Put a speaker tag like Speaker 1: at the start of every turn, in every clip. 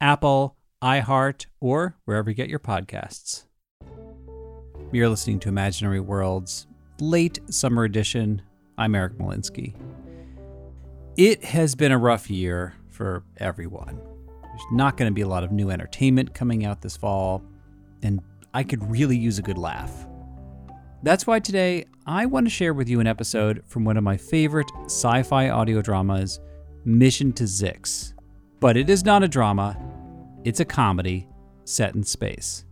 Speaker 1: Apple, iHeart, or wherever you get your podcasts. You're listening to Imaginary Worlds, late summer edition. I'm Eric Malinsky. It has been a rough year for everyone. There's not going to be a lot of new entertainment coming out this fall, and I could really use a good laugh. That's why today I want to share with you an episode from one of my favorite sci fi audio dramas, Mission to Zix. But it is not a drama, it's a comedy set in space.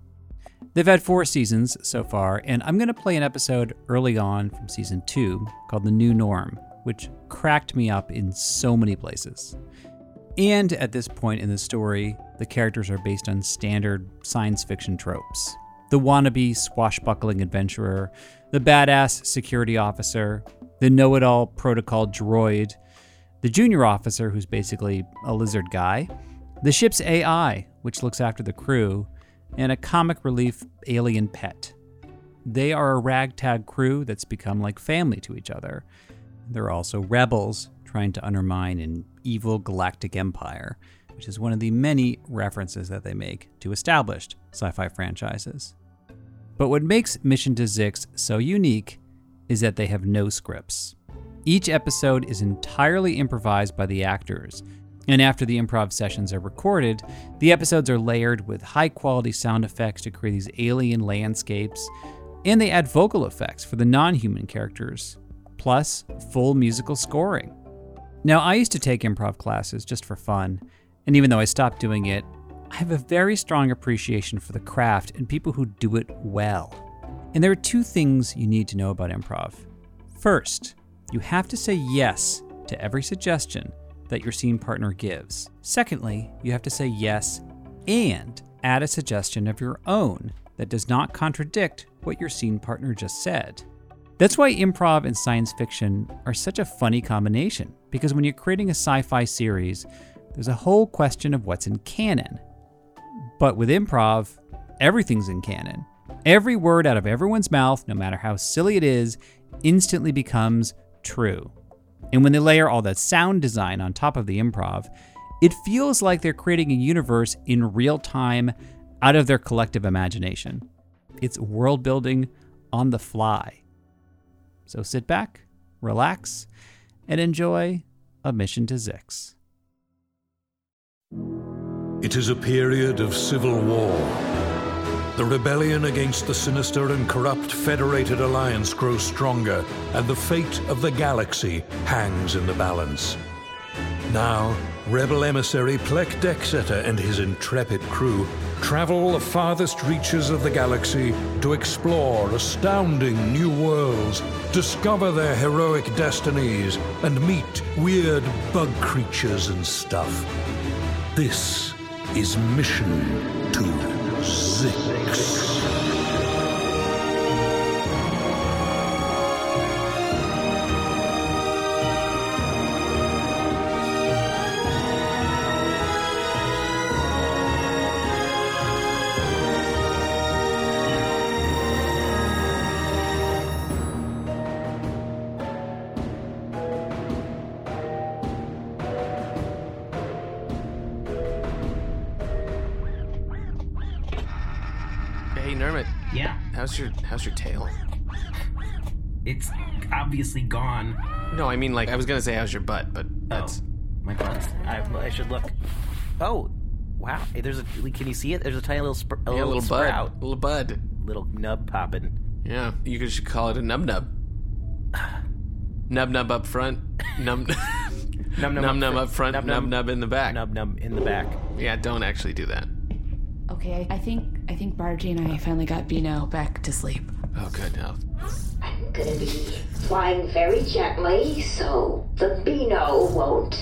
Speaker 1: They've had four seasons so far, and I'm going to play an episode early on from season two called The New Norm, which cracked me up in so many places. And at this point in the story, the characters are based on standard science fiction tropes the wannabe swashbuckling adventurer, the badass security officer, the know it all protocol droid, the junior officer, who's basically a lizard guy, the ship's AI, which looks after the crew, and a comic relief alien pet. They are a ragtag crew that's become like family to each other. They're also rebels trying to undermine an evil galactic empire, which is one of the many references that they make to established sci fi franchises. But what makes Mission to Zix so unique is that they have no scripts. Each episode is entirely improvised by the actors, and after the improv sessions are recorded, the episodes are layered with high quality sound effects to create these alien landscapes, and they add vocal effects for the non human characters, plus full musical scoring. Now, I used to take improv classes just for fun, and even though I stopped doing it, I have a very strong appreciation for the craft and people who do it well. And there are two things you need to know about improv. First, you have to say yes to every suggestion that your scene partner gives. Secondly, you have to say yes and add a suggestion of your own that does not contradict what your scene partner just said. That's why improv and science fiction are such a funny combination, because when you're creating a sci fi series, there's a whole question of what's in canon. But with improv, everything's in canon. Every word out of everyone's mouth, no matter how silly it is, instantly becomes true. And when they layer all that sound design on top of the improv, it feels like they're creating a universe in real time out of their collective imagination. It's world building on the fly. So sit back, relax, and enjoy a mission to Zix.
Speaker 2: It is a period of civil war. The rebellion against the sinister and corrupt Federated Alliance grows stronger, and the fate of the galaxy hangs in the balance. Now, rebel emissary Plek Dexeter and his intrepid crew travel the farthest reaches of the galaxy to explore astounding new worlds, discover their heroic destinies, and meet weird bug creatures and stuff. This is Mission to Zix.
Speaker 3: Hey, Nermit,
Speaker 4: Yeah,
Speaker 3: how's your how's your tail?
Speaker 4: it's obviously gone.
Speaker 3: No, I mean like I was gonna say how's your butt, but that's
Speaker 4: oh, my God, I, I should look. Oh,
Speaker 5: Wow, hey, there's a. Can you see it? There's a tiny little spr- a
Speaker 3: Yeah,
Speaker 5: little,
Speaker 3: little bud.
Speaker 5: sprout,
Speaker 3: Little bud.
Speaker 5: little nub popping.
Speaker 3: Yeah, you could should call it a nub nub. Nub nub up front. Nub
Speaker 5: Num
Speaker 3: nub nub up front.
Speaker 5: Num
Speaker 3: Nub nub in the back.
Speaker 5: nub nub in the back.
Speaker 3: Yeah, don't actually do that.
Speaker 6: Okay, I think I think Bargie and I finally got Bino back to sleep.
Speaker 3: Oh, good. Oh,
Speaker 7: I'm gonna be flying very gently so the Beano won't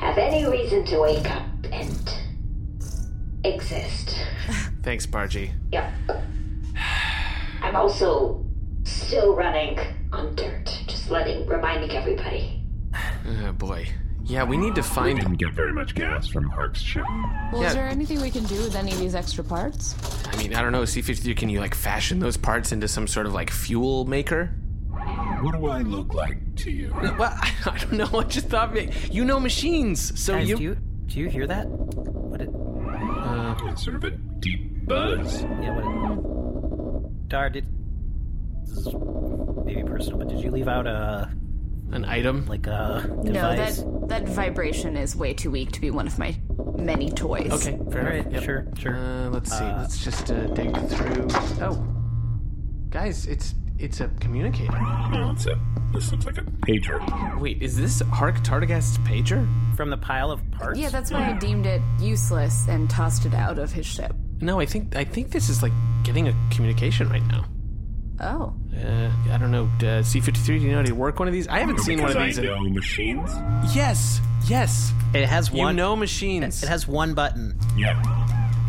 Speaker 7: have any reason to wake up and exist.
Speaker 3: thanks, Bargy.
Speaker 7: Yep. I'm also still running on dirt, just letting reminding everybody.
Speaker 3: Oh boy. Yeah, we need to find.
Speaker 8: Didn't get very much gas from Hark's ship.
Speaker 6: Well,
Speaker 3: Yeah.
Speaker 6: is there anything we can do with any of these extra parts?
Speaker 3: I mean, I don't know. C53, can you like fashion those parts into some sort of like fuel maker?
Speaker 8: What do I look like to you?
Speaker 3: Well, I, don't know. I just thought ma- you know machines, so
Speaker 5: Guys,
Speaker 3: you.
Speaker 5: do you do you hear that? What? It,
Speaker 8: It's sort of a deep buzz.
Speaker 5: yeah, what? It, Dar, did this is maybe personal, but did you leave out a
Speaker 3: An item.
Speaker 5: like a
Speaker 6: No,
Speaker 5: device?
Speaker 6: that that vibration is way too weak to be one of my many toys.
Speaker 3: Okay, fair
Speaker 5: All right,
Speaker 3: enough. Yep.
Speaker 5: sure, sure.
Speaker 3: Uh, let's see. let's just uh, dig through. Oh, guys, it's it's a communicator.
Speaker 8: No, it's a, this looks like a pager.
Speaker 3: Wait, is this Hark Tardigast's pager?
Speaker 5: From the pile of parts.
Speaker 6: Yeah, that's why I deemed it useless and tossed it out of his ship.
Speaker 3: No, I think I think this is like getting a communication right now.
Speaker 6: Oh,
Speaker 3: Uh, I don't know. Uh, C53, do you know how to work one of these? I haven't seen one
Speaker 8: Because
Speaker 3: of
Speaker 8: I
Speaker 3: these.
Speaker 8: know
Speaker 3: In...
Speaker 8: machines.
Speaker 3: Yes, yes.
Speaker 5: it has
Speaker 3: You
Speaker 5: one.
Speaker 3: know machines.
Speaker 5: it has one button.
Speaker 8: Yeah.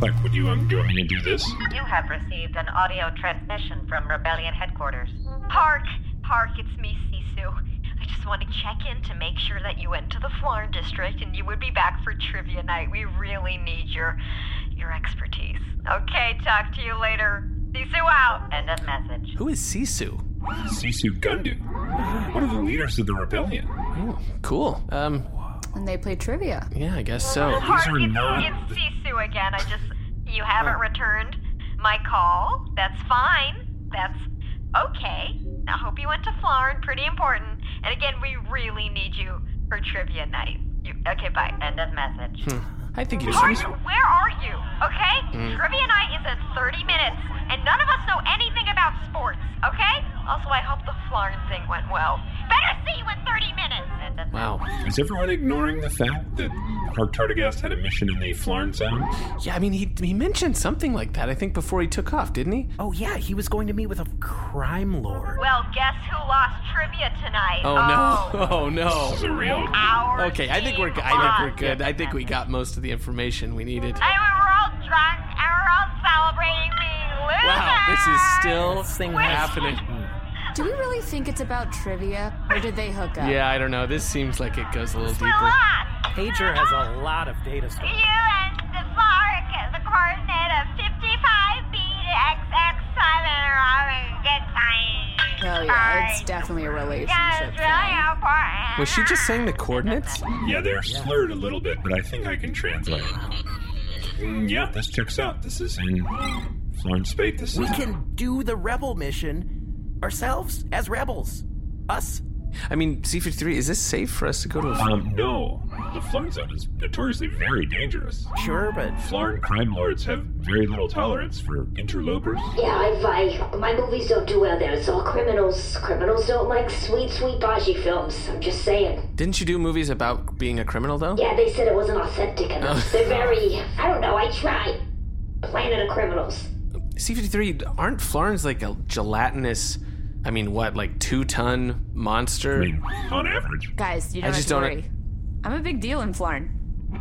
Speaker 8: Like, would you, um, do you want me to do this?
Speaker 9: You have received an audio transmission from Rebellion headquarters. Park! Park, it's me, Sisu. I just want to check in to make sure that you went to the Florin District and you would be back for trivia night. We really need your your expertise. Okay, talk to you later. Sisu out. End of message.
Speaker 3: Who is Sisu?
Speaker 8: Sisu Gundu. One of the leaders of the rebellion.
Speaker 3: Oh, cool. Um,
Speaker 6: and they play trivia.
Speaker 3: yeah, I guess so.
Speaker 9: Park,
Speaker 8: are
Speaker 9: it's,
Speaker 8: not-
Speaker 9: it's Sisu again. I just you haven't returned my call. That's fine. That's okay. I hope you went to Florin. Pretty important. And again, we really need you for trivia night. You, okay, bye. End of message.
Speaker 3: Hmm. I think Hmm. it's
Speaker 9: Park, where are you? Okay? Trivia night is in 30 minutes, and none of us know anything about sports, okay? Also, I hope the Florin thing went well. Better see you in 30 minutes! End of
Speaker 3: Wow.
Speaker 8: Is everyone ignoring the fact that Hark Tardigast had a mission in the Florin Zone?
Speaker 3: Yeah, I mean, he he mentioned something like that. I think before he took off, didn't he?
Speaker 5: Oh yeah, he was going to meet with a crime lord.
Speaker 9: Well, guess who lost trivia tonight?
Speaker 3: Oh no! Oh no!
Speaker 8: It's a real.
Speaker 9: Our
Speaker 3: Okay, I think we're
Speaker 9: team
Speaker 3: I think
Speaker 9: lost.
Speaker 3: we're good. I think we got most of the information we needed.
Speaker 9: And we were all drunk, and we're all celebrating being losers.
Speaker 3: Wow, this is still
Speaker 5: This thing
Speaker 3: happening.
Speaker 6: Do we really think it's about trivia, or did they hook up?
Speaker 3: Yeah, I don't know. This seems like it goes a little
Speaker 9: We
Speaker 3: deeper.
Speaker 9: lost.
Speaker 5: Pager has a lot of data
Speaker 9: You
Speaker 5: storage.
Speaker 9: and the Clark at the coordinate of 55B to XX7 are having a good time.
Speaker 6: Oh yeah, it's definitely a
Speaker 9: Yeah,
Speaker 6: relationship
Speaker 9: it's
Speaker 6: thing.
Speaker 9: really important.
Speaker 3: Was she just saying the coordinates?
Speaker 8: Yeah, they're slurred a little bit, but I think I can translate. Mm, Yeah, this checks out. This is in Florin Spate. This
Speaker 5: We
Speaker 8: is
Speaker 5: can do the rebel mission ourselves as rebels. Us.
Speaker 3: I mean, C53, is this safe for us to go to a
Speaker 8: Um, no. The Florin Zone is notoriously very dangerous.
Speaker 5: Sure, but
Speaker 8: Florin crime lords have very little tolerance for interlopers.
Speaker 7: Yeah, I, I my movies don't do well there. It's all criminals. Criminals don't like sweet, sweet Baji films. I'm just saying.
Speaker 3: Didn't you do movies about being a criminal though?
Speaker 7: Yeah, they said it wasn't authentic enough. They're very I don't know, I try. Planet of Criminals.
Speaker 3: C53, aren't Florins like a gelatinous I mean, what, like two ton
Speaker 8: I
Speaker 3: monster?
Speaker 8: mean, on average.
Speaker 6: Guys, you don't
Speaker 3: just
Speaker 6: have
Speaker 3: don't-
Speaker 6: to worry. I'm a big deal in Flarn.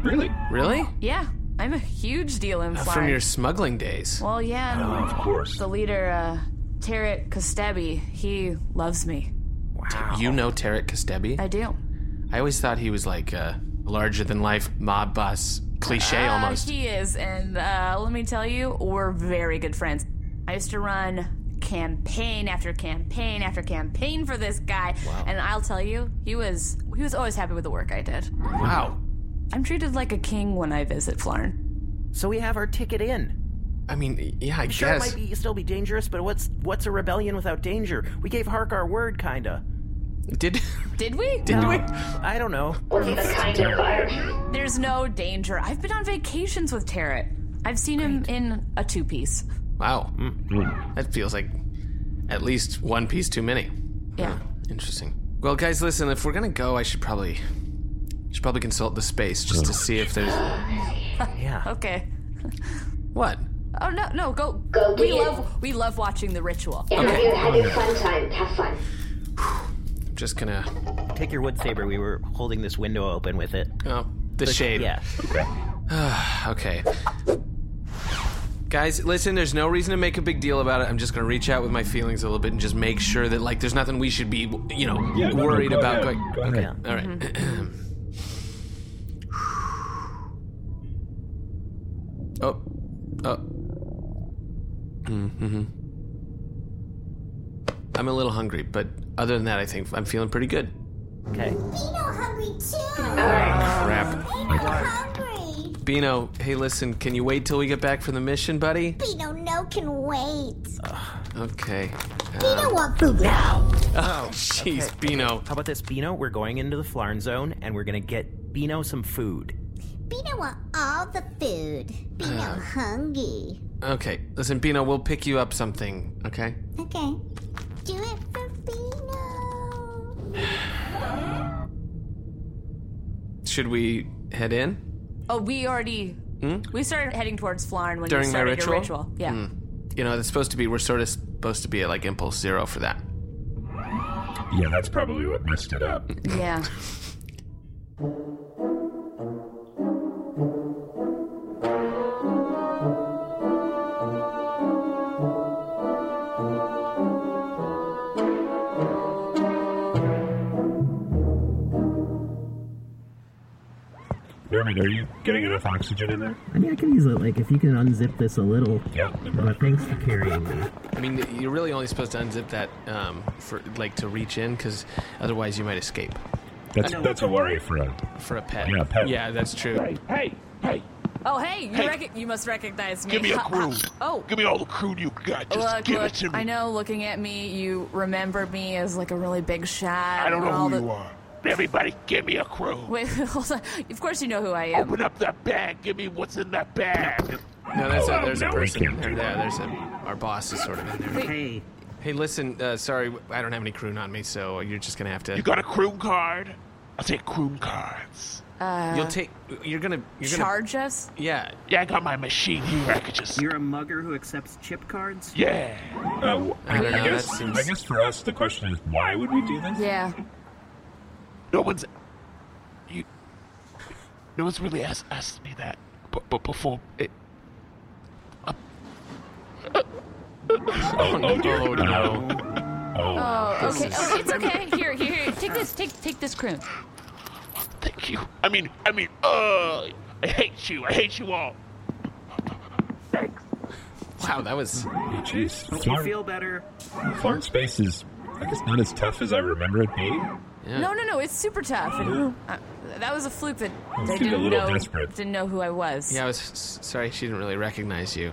Speaker 8: Really?
Speaker 3: Really?
Speaker 6: Yeah, I'm a huge deal in Flarn.
Speaker 3: From your smuggling days.
Speaker 6: Well, yeah,
Speaker 3: Uh,
Speaker 6: and
Speaker 8: Uh, Of course.
Speaker 6: the leader, uh, Tarek Kostabi, he loves me.
Speaker 3: You know Tarek Kastebi?
Speaker 6: I do.
Speaker 3: I always thought he was like a larger than life mob boss cliche almost.
Speaker 6: Uh, he is, and uh, let me tell you, we're very good friends. I used to run campaign after campaign after campaign for this guy, and I'll tell you, he was he was always happy with the work I did.
Speaker 3: Wow.
Speaker 6: I'm treated like a king when I visit Flarn.
Speaker 5: so we have our ticket in.
Speaker 3: I mean, yeah, I
Speaker 5: Sure,
Speaker 3: guess.
Speaker 5: it might be still be dangerous, but what's what's a rebellion without danger? We gave Hark our word, kinda.
Speaker 3: Did
Speaker 6: Did we?
Speaker 3: did we?
Speaker 5: I don't know.
Speaker 7: Was it a kind of fire?
Speaker 6: There's no danger. I've been on vacations with Tarrant. I've seen him in a two piece.
Speaker 3: Wow. Mm.
Speaker 8: Hmm.
Speaker 3: That feels like at least one piece too many.
Speaker 6: Yeah.
Speaker 3: Interesting. Well, guys, listen. If we're gonna go, I should probably should probably consult the space just to see if there's
Speaker 5: Yeah.
Speaker 6: Okay.
Speaker 3: what.
Speaker 6: Oh no, no, go.
Speaker 7: Go
Speaker 6: we
Speaker 7: do it.
Speaker 6: love we love watching the ritual.
Speaker 7: Yeah, have, your, have your fun time. Have fun.
Speaker 3: I'm just gonna
Speaker 5: Take your wood saber. We were holding this window open with it.
Speaker 3: oh the shade.
Speaker 5: Yeah. Oh,
Speaker 3: Okay. Guys, listen, there's no reason to make a big deal about it. I'm just going to reach out with my feelings a little bit and just make sure that, like, there's nothing we should be, you know,
Speaker 8: Yeah, no, no,
Speaker 3: worried
Speaker 8: go
Speaker 3: about.
Speaker 8: ahead.
Speaker 3: Going,
Speaker 8: Go ahead.
Speaker 5: Yeah.
Speaker 3: all right. oh. Oh. Mm-hmm.
Speaker 8: Mm-hmm.
Speaker 3: I'm a little hungry, but other than that, I think I'm feeling pretty good.
Speaker 5: Okay.
Speaker 3: Crap. Bino, hey, listen, can you wait till we get back from the mission, buddy?
Speaker 10: Bino no can wait.
Speaker 3: Okay.
Speaker 10: Bino want food now.
Speaker 3: Oh, jeez, Bino.
Speaker 5: How about this, Bino? We're going into the Flarn zone, and we're gonna get Bino some food.
Speaker 10: Bino want all the food. Bino hungry.
Speaker 3: Okay, listen, Bino, we'll pick you up something, okay?
Speaker 10: Okay. Do it for Bino.
Speaker 3: Should we head in? Hmm?
Speaker 6: Oh, we already we started heading towards Flarn when
Speaker 3: During
Speaker 6: you
Speaker 3: my
Speaker 6: started your
Speaker 3: ritual? Hmm.
Speaker 6: ritual. Yeah.
Speaker 3: You know, it's supposed to be, we're sort of supposed to be at like impulse zero for that.
Speaker 8: Yeah, that's probably what messed it up.
Speaker 3: Hmm.
Speaker 6: Yeah.
Speaker 8: Norman, are you getting enough oxygen in there?
Speaker 5: I mean, I can use it. Like, if you can unzip this a little.
Speaker 8: Yeah.
Speaker 5: thanks for carrying me.
Speaker 3: I mean, you're really only supposed to unzip that um, for like to reach in, because otherwise you might escape.
Speaker 6: Oh.
Speaker 8: That's that's a worry for a.
Speaker 3: For a pet.
Speaker 8: Yeah, pet.
Speaker 3: Yeah, that's true.
Speaker 8: hey, hey!
Speaker 6: Oh, hey, you rec- you must recognize me.
Speaker 8: Give me a
Speaker 6: Ha- ha-
Speaker 8: crew.
Speaker 6: Oh.
Speaker 8: Give me all the crude you got. Just
Speaker 6: Look,
Speaker 8: give
Speaker 6: look,
Speaker 8: it to me.
Speaker 6: I know looking at me, you remember me as like a really big shot.
Speaker 8: I don't
Speaker 6: and
Speaker 8: know
Speaker 6: all
Speaker 8: who
Speaker 6: the-
Speaker 8: you are. Everybody, give me a crew.
Speaker 6: Wait, hold on. Of course you know who I am.
Speaker 8: Open up that bag. Give me what's in that bag.
Speaker 3: No, that's a,
Speaker 8: Oh,
Speaker 3: there's a
Speaker 8: now we
Speaker 3: person in
Speaker 8: can
Speaker 3: there.
Speaker 8: do
Speaker 3: Yeah, there's a, our boss is sort of in there.
Speaker 5: Hey.
Speaker 3: Hey, listen, uh, sorry, I don't have any croon on me, so you're just gonna have to.
Speaker 8: You got a croon card? I'll take croon cards.
Speaker 3: You'll take. You're gonna. You're gonna.
Speaker 6: Uh, Charge us?
Speaker 3: Yeah.
Speaker 8: Yeah, I got my machine here. I could just.
Speaker 5: a mugger who accepts chip cards?
Speaker 8: Yeah. Oh,
Speaker 3: I don't know, that seems-
Speaker 8: for us, the question is why would we do this?
Speaker 6: Yeah.
Speaker 8: No one's. You. No one's really asked, asked me that. But, but before. It,
Speaker 3: Oh, no. Oh, no.
Speaker 6: Oh, okay. Oh, it's okay. Here, here, here. Take this. Take, take this croon.
Speaker 8: thank you. I mean, I mean, uh, I hate you. I hate you all.
Speaker 3: Wow, that was.
Speaker 8: Jeez.
Speaker 5: better?
Speaker 8: Farm space is, I guess, not as tough as I remember it being.
Speaker 6: No, no, no. It's super tough. And, uh, that was a fluke that they
Speaker 8: seemed a
Speaker 6: didn't
Speaker 8: little
Speaker 6: know
Speaker 8: desperate.
Speaker 6: didn't know who I was.
Speaker 3: Yeah, I was s- sorry she didn't really recognize you.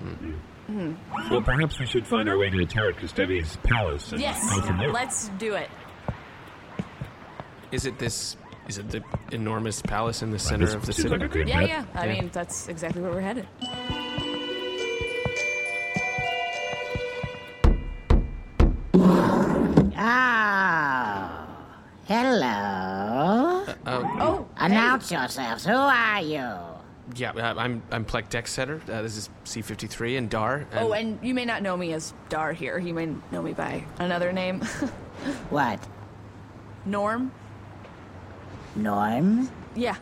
Speaker 3: Hmm.
Speaker 6: Hmm.
Speaker 8: Well, perhaps we should find our way to the Tarot Custevi's palace. And
Speaker 6: Yes.
Speaker 8: go from there.
Speaker 6: Let's do it.
Speaker 3: Is it this? Is it the enormous palace in the center
Speaker 8: This
Speaker 3: of the
Speaker 8: seems
Speaker 3: city?
Speaker 8: like a great
Speaker 6: Yeah,
Speaker 8: bet.
Speaker 6: yeah. I
Speaker 3: Yeah.
Speaker 6: mean, that's exactly where we're headed.
Speaker 10: Oh.
Speaker 3: Uh,
Speaker 10: Hello.
Speaker 3: um,
Speaker 6: Oh,
Speaker 10: Announce yourselves. Who are you?
Speaker 3: Yeah, uh, I'm I'm Plek Dexsetter. Uh, this is C53 and Dar. And
Speaker 6: Oh, and you may not know me as Dar here. You may know me by another name,
Speaker 10: What?
Speaker 6: Norm.
Speaker 10: Norm?
Speaker 6: Yeah,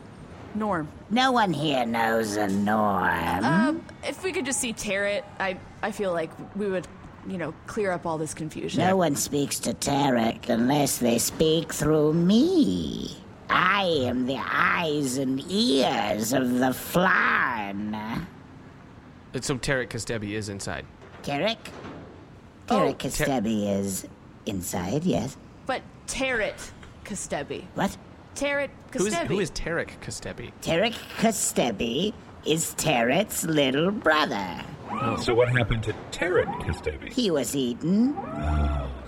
Speaker 6: Norm.
Speaker 10: No one here knows a norm.
Speaker 6: Um, if we could just see Tarrant, I I feel like we would, you know, clear up all this confusion.
Speaker 10: No one speaks to Tarek unless they speak through me. I am the eyes and ears of the Flarn.
Speaker 3: so Tarek Custebi is inside.
Speaker 10: Tarek? Tarek Kastebi is inside, yes.
Speaker 6: But Tarrant Kastebi.
Speaker 10: What?
Speaker 6: Tarrant
Speaker 3: Who is
Speaker 6: Kastebi.
Speaker 3: who is Tarek Custebi?
Speaker 10: Tarek Kastebi is Tarek's little brother.
Speaker 8: So what happened to Tarot Custevi?
Speaker 10: He was eaten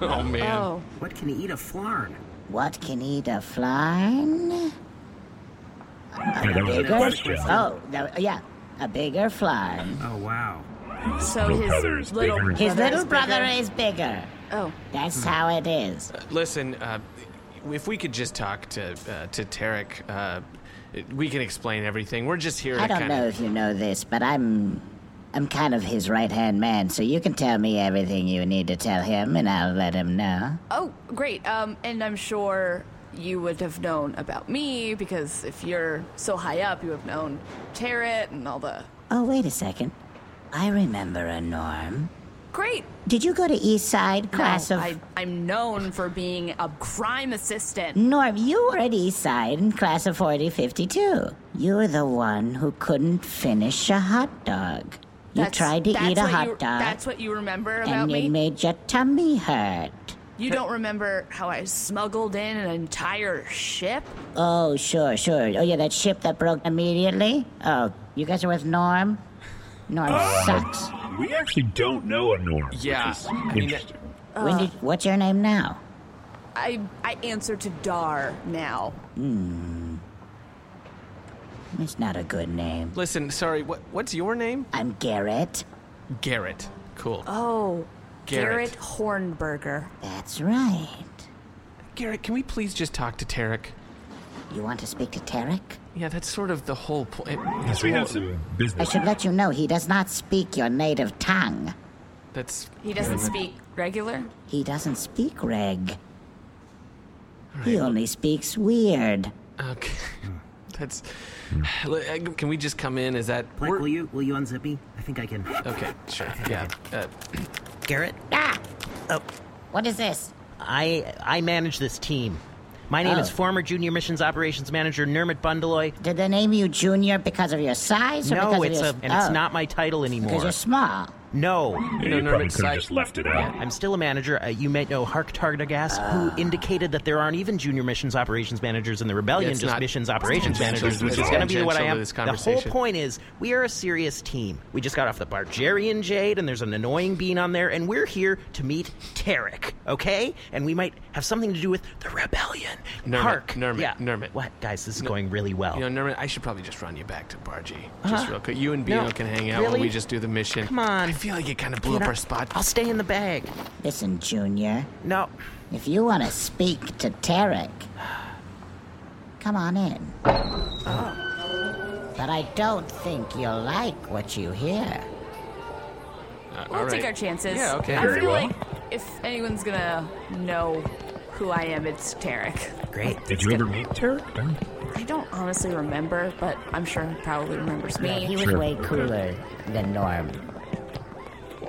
Speaker 3: Oh man.
Speaker 10: What can eat a flarn? What can eat a flarn?
Speaker 8: Yeah, that was a question.
Speaker 10: Oh, that- yeah, a bigger flarn.
Speaker 4: Oh wow.
Speaker 6: So
Speaker 8: Little his brother is little bigger.
Speaker 10: his
Speaker 8: brother
Speaker 10: little
Speaker 8: is
Speaker 10: brother
Speaker 8: bigger.
Speaker 10: is bigger.
Speaker 6: Oh,
Speaker 10: that's how it is.
Speaker 3: Listen, uh, if we could just talk to uh, to Tarek, uh, we can explain everything. We're just here.
Speaker 10: I
Speaker 3: to
Speaker 10: don't
Speaker 3: kinda...
Speaker 10: know if you know this, but I'm I'm kind of his right hand man, so you can tell me everything you need to tell him, and I'll let him know.
Speaker 6: Oh, great. Um, and I'm sure you would have known about me because if you're so high up, you have known Tarot and all the.
Speaker 10: Oh, wait a second. I remember a Norm.
Speaker 6: Great.
Speaker 10: Did you go to East Side class
Speaker 6: no,
Speaker 10: of?
Speaker 6: I, I'm known for being a crime assistant.
Speaker 10: Norm, Mm, you were at East Side in class of 4052. You were the one who couldn't finish a hot dog. You
Speaker 6: That's-
Speaker 10: tried to
Speaker 6: that's
Speaker 10: eat a
Speaker 6: what
Speaker 10: hot
Speaker 6: you-
Speaker 10: dog,
Speaker 6: That's what you remember about
Speaker 10: and
Speaker 6: me.
Speaker 10: it made your tummy hurt.
Speaker 6: you don't remember how I smuggled in an entire ship?
Speaker 10: Oh, sure, sure. Oh, yeah, that ship that broke immediately? Oh, you guys are with Norm? Norm
Speaker 6: Oh.
Speaker 10: sucks.
Speaker 8: Um, We actually don't know a Norm.
Speaker 3: Yeah, I mean, that-
Speaker 10: when
Speaker 6: uh.
Speaker 10: did, what's your name now?
Speaker 6: I I answer to Dar now.
Speaker 10: Hmm. It's not a good name.
Speaker 3: Listen, sorry. What what's your name?
Speaker 10: I'm Garrett.
Speaker 3: Garrett. Cool.
Speaker 6: Oh,
Speaker 3: Garrett.
Speaker 6: Garrett, Hornberger.
Speaker 10: That's right.
Speaker 3: Garrett, can we please just talk to Tarek?
Speaker 10: You want to speak to Tarek?
Speaker 3: Yeah, that's sort of the whole point.
Speaker 8: Yes, we have some
Speaker 10: I
Speaker 8: business.
Speaker 10: should let you know he does not speak your native tongue.
Speaker 3: That's
Speaker 6: He doesn't speak regular.
Speaker 10: He doesn't speak reg. He only speaks weird.
Speaker 3: okay. That's. Can we just come in? Is that?
Speaker 4: Blake, will you will you unzip me? I think I can.
Speaker 3: Okay, sure. Yeah. Uh,
Speaker 5: Garrett,
Speaker 10: Ah!
Speaker 5: Oh.
Speaker 10: What is this?
Speaker 5: I I manage this team. My name is
Speaker 10: Oh.
Speaker 5: former Junior Missions Operations Manager Nermit Bundeloy.
Speaker 10: Did they name you Junior because of your size? Or
Speaker 5: No,
Speaker 10: because
Speaker 5: it's
Speaker 10: of
Speaker 5: a
Speaker 10: your,
Speaker 5: and it's
Speaker 10: oh,
Speaker 5: not my title anymore.
Speaker 10: Because you're small.
Speaker 5: No.
Speaker 8: You
Speaker 3: know,
Speaker 8: probably
Speaker 3: Nermit's
Speaker 8: could have
Speaker 3: side-
Speaker 8: just left it out.
Speaker 5: I'm still a manager. Uh, you might know Hark Tardagas,
Speaker 3: Ah.
Speaker 5: who indicated that there aren't even junior missions operations managers in the rebellion,
Speaker 3: Yeah, it's
Speaker 5: just
Speaker 3: not-
Speaker 5: missions
Speaker 3: it's
Speaker 5: operations
Speaker 3: tangential
Speaker 5: managers,
Speaker 3: to
Speaker 5: which
Speaker 3: this-
Speaker 5: is going to be what I
Speaker 3: tangential to
Speaker 5: am.
Speaker 3: this
Speaker 5: The whole
Speaker 3: conversation.
Speaker 5: point is, we are a serious team. We just got off the Bargerian Jade, and there's an annoying bean on there, and we're here to meet Tarek, okay? And we might have something to do with the rebellion.
Speaker 3: Nermit,
Speaker 5: Hark.
Speaker 3: Nermit,
Speaker 5: yeah.
Speaker 3: Nermit.
Speaker 5: What? Guys, this is going really well.
Speaker 3: you know, Nerman, I should probably just run you back to Bargy just
Speaker 5: Uh-huh.
Speaker 3: real quick. You and Bino
Speaker 5: No,
Speaker 3: can hang out
Speaker 5: really?
Speaker 3: while we just do the mission.
Speaker 5: Come on.
Speaker 3: I feel like it kind of blew
Speaker 5: You
Speaker 3: up
Speaker 5: know,
Speaker 3: our spot.
Speaker 5: I'll stay in the bag.
Speaker 10: Listen, Junior,
Speaker 5: No.
Speaker 10: if you want to speak to Tarek, come on in. But I don't think you'll like what you hear.
Speaker 3: Uh,
Speaker 6: We'll
Speaker 3: all
Speaker 6: take
Speaker 3: right.
Speaker 6: our chances.
Speaker 3: Yeah. Okay.
Speaker 6: I
Speaker 8: Very
Speaker 6: feel
Speaker 8: well.
Speaker 6: like if anyone's gonna know who I am, it's Tarek.
Speaker 5: Great.
Speaker 8: Did you ever meet Tarek?
Speaker 6: I don't honestly remember, but I'm sure he probably remembers
Speaker 10: Yeah, he
Speaker 6: me.
Speaker 10: was way cooler than Norm.
Speaker 11: Oh,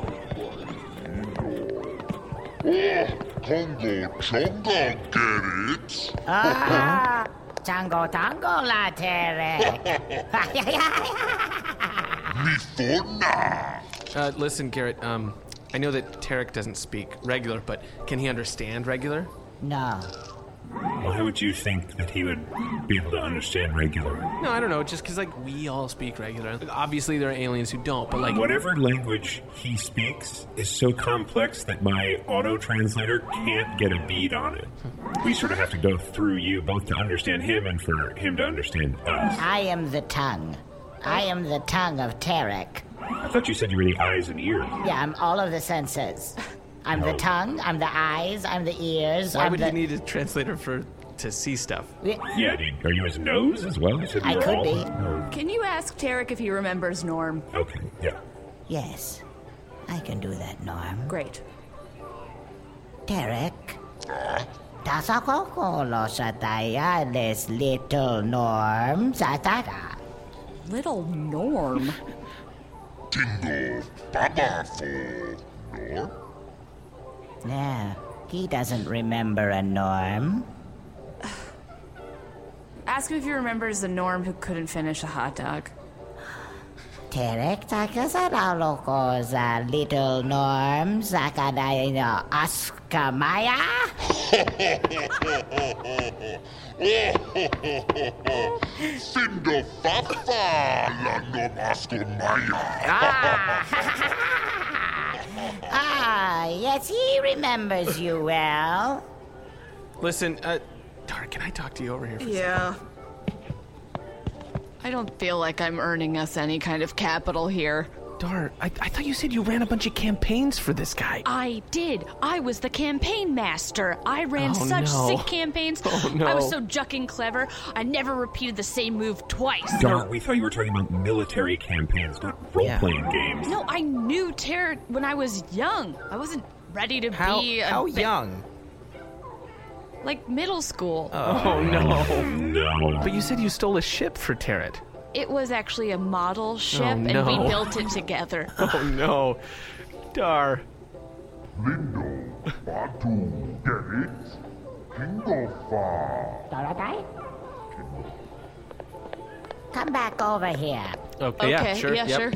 Speaker 11: Congo, Chongo, get it?
Speaker 10: Ah. Tango, tango, la Tarek.
Speaker 11: Mifona!
Speaker 3: Uh, listen, Garrett. Um, I know that Tarek doesn't speak regular, but can he understand regular?
Speaker 10: no.
Speaker 8: Why would you think that he would be able to understand regular?
Speaker 3: No, I don't know. Just because like we all speak regular. Obviously, there are aliens who don't, but like
Speaker 8: Whatever language he speaks is so complex that my auto translator can't get a bead on it. We sort of have to go through you both to understand him and for him to understand us.
Speaker 10: I am the tongue. I am the tongue of Tarek.
Speaker 8: I thought you said you were the eyes and ears.
Speaker 10: Yeah, I'm all of the senses. I'm the tongue, I'm the eyes, I'm the ears,
Speaker 3: Why
Speaker 10: I'm
Speaker 3: would
Speaker 10: the...
Speaker 3: you need a translator for to see stuff?
Speaker 8: Yeah, dude. Are you his nose as well? You said
Speaker 10: I
Speaker 8: you were
Speaker 10: could
Speaker 8: all
Speaker 10: be.
Speaker 8: nose.
Speaker 6: Can you ask Tarek if he remembers Norm?
Speaker 8: Okay, yeah.
Speaker 10: Yes, I can do that, Norm.
Speaker 6: Great.
Speaker 10: Tarek.
Speaker 3: Uh.
Speaker 10: Tasakoko this little Norm. Sataka.
Speaker 6: Little Norm.
Speaker 11: Dingo, Baba for Nor?
Speaker 10: Yeah, he doesn't remember a Norm.
Speaker 6: Ask him if he remembers the Norm who couldn't finish a hot dog.
Speaker 10: Tarek takasaraloko za little Norm sakadaino askamaya.
Speaker 11: Findo Fafa, la Nomasco Maya.
Speaker 10: Ah, yes, he remembers you well.
Speaker 3: Listen, uh, Tara, can I talk to you over here? For
Speaker 6: Yeah. I don't feel like I'm earning us any kind of capital here.
Speaker 3: Dar, I, I thought you said you ran a bunch of campaigns for this guy.
Speaker 6: I did. I was the campaign master. I ran
Speaker 3: Oh,
Speaker 6: such
Speaker 3: no.
Speaker 6: sick campaigns.
Speaker 8: Oh, no.
Speaker 6: I was so jucking clever. I never repeated the same move twice.
Speaker 8: Darn, we thought you were talking about military campaigns, not role playing games.
Speaker 6: No, I knew terror when I was young. I wasn't ready to
Speaker 5: How,
Speaker 6: be. a
Speaker 5: how
Speaker 6: bit-
Speaker 5: young?
Speaker 6: Like middle school.
Speaker 3: Oh, no.
Speaker 8: No.
Speaker 3: But you said you stole a ship for Tarot.
Speaker 6: It was actually a
Speaker 8: Oh,
Speaker 6: model ship,
Speaker 3: no.
Speaker 6: and we built it together.
Speaker 3: Oh no. Dar.
Speaker 11: Batu, get it? Tingofa.
Speaker 10: Dorotai? Come back over here.
Speaker 3: Okay, yeah, Okay, sure, yeah, yep. sure.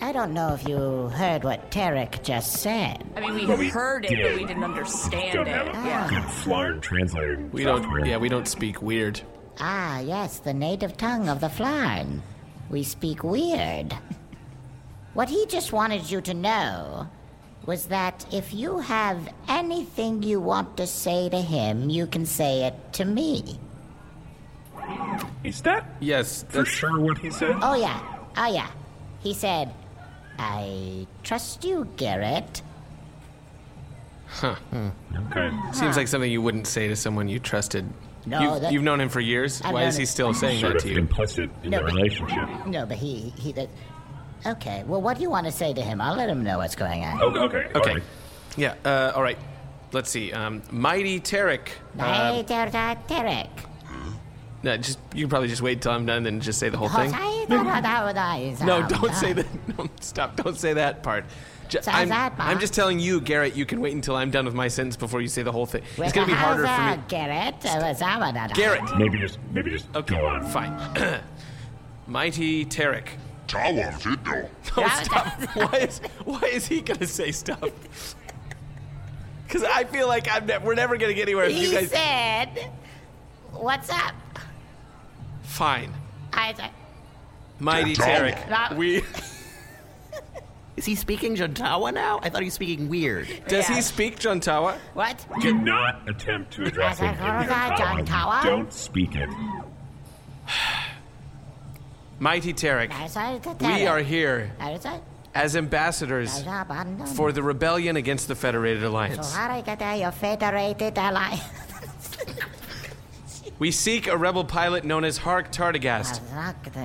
Speaker 10: I don't know if you heard what Tarek just said.
Speaker 6: I mean, we
Speaker 10: But we
Speaker 6: heard it, but we didn't understand it. Yeah.
Speaker 8: Flarn translated.
Speaker 3: We don't. Yeah, we don't speak weird.
Speaker 10: Ah, yes, the native tongue of the Flarn. We speak weird. What he just wanted you to know was that if you have anything you want to say to him, you can say it to me.
Speaker 8: Is that
Speaker 3: yes
Speaker 8: for sure what he said?
Speaker 10: Oh, yeah. Oh, yeah. He said, I trust you, Garrett.
Speaker 3: Huh.
Speaker 8: Okay.
Speaker 3: Seems like something you wouldn't say to someone you trusted.
Speaker 10: No,
Speaker 3: you've,
Speaker 10: that-
Speaker 3: you've known him for years.
Speaker 10: I've
Speaker 3: Why
Speaker 10: known
Speaker 3: is he
Speaker 10: him.
Speaker 3: still saying
Speaker 8: Sort
Speaker 3: that
Speaker 8: of
Speaker 3: to you?
Speaker 8: implicit in
Speaker 10: No,
Speaker 8: the
Speaker 10: but-
Speaker 8: relationship.
Speaker 10: No, but he. he that, okay, well, what do you want to say to him? I'll let him know what's going on.
Speaker 3: Uh,
Speaker 8: Okay.
Speaker 3: Okay. Yeah. Uh, all right. Let's see. Um, Mighty Tarek. Uh,
Speaker 10: Hey, Dorotai, Tarek.
Speaker 3: no, just you can probably just wait till I'm done, then just say the whole thing.
Speaker 10: Hosai, Dorotai,
Speaker 3: No,
Speaker 10: Zam,
Speaker 3: don't say
Speaker 10: Zam.
Speaker 3: that. No, stop. Don't say that part. Ju-
Speaker 10: Say
Speaker 3: I'm,
Speaker 10: that part.
Speaker 3: I'm just telling you, Garrett. You can wait until I'm done with my sentence before you say the whole thing.
Speaker 10: With
Speaker 3: It's gonna be
Speaker 10: the
Speaker 3: harder for me.
Speaker 10: house, uh, Garrett, uh, was Amadada.
Speaker 3: Garrett.
Speaker 8: Maybe just maybe just
Speaker 3: okay,
Speaker 8: go on.
Speaker 3: Fine. Mighty Tarek.
Speaker 11: Tower Fiddle.
Speaker 3: No, stop. why is why is he gonna say stuff? Because I feel like I'm ne- we're never gonna get anywhere if
Speaker 10: He
Speaker 3: you guys.
Speaker 10: said, "What's up?"
Speaker 3: Fine.
Speaker 10: I said,
Speaker 3: Mighty
Speaker 5: Tarek.
Speaker 3: Tarek. We
Speaker 5: Is he speaking Jontawa now? I thought he was speaking weird.
Speaker 3: does he speak Jontawa?
Speaker 10: What?
Speaker 8: Do not attempt to address it. in
Speaker 10: Jontawa,
Speaker 8: Jontawa.
Speaker 10: Jontawa.
Speaker 8: Don't speak it.
Speaker 3: Mighty Tarek.
Speaker 10: I said to
Speaker 3: We
Speaker 10: Tarek.
Speaker 3: are here
Speaker 10: I said,
Speaker 3: as ambassadors
Speaker 10: "Azabandon."
Speaker 3: for the rebellion against the Federated
Speaker 10: So
Speaker 3: Alliance.
Speaker 10: how do I get there, your federated ally?
Speaker 3: We seek a rebel pilot known as Hark Tardigast,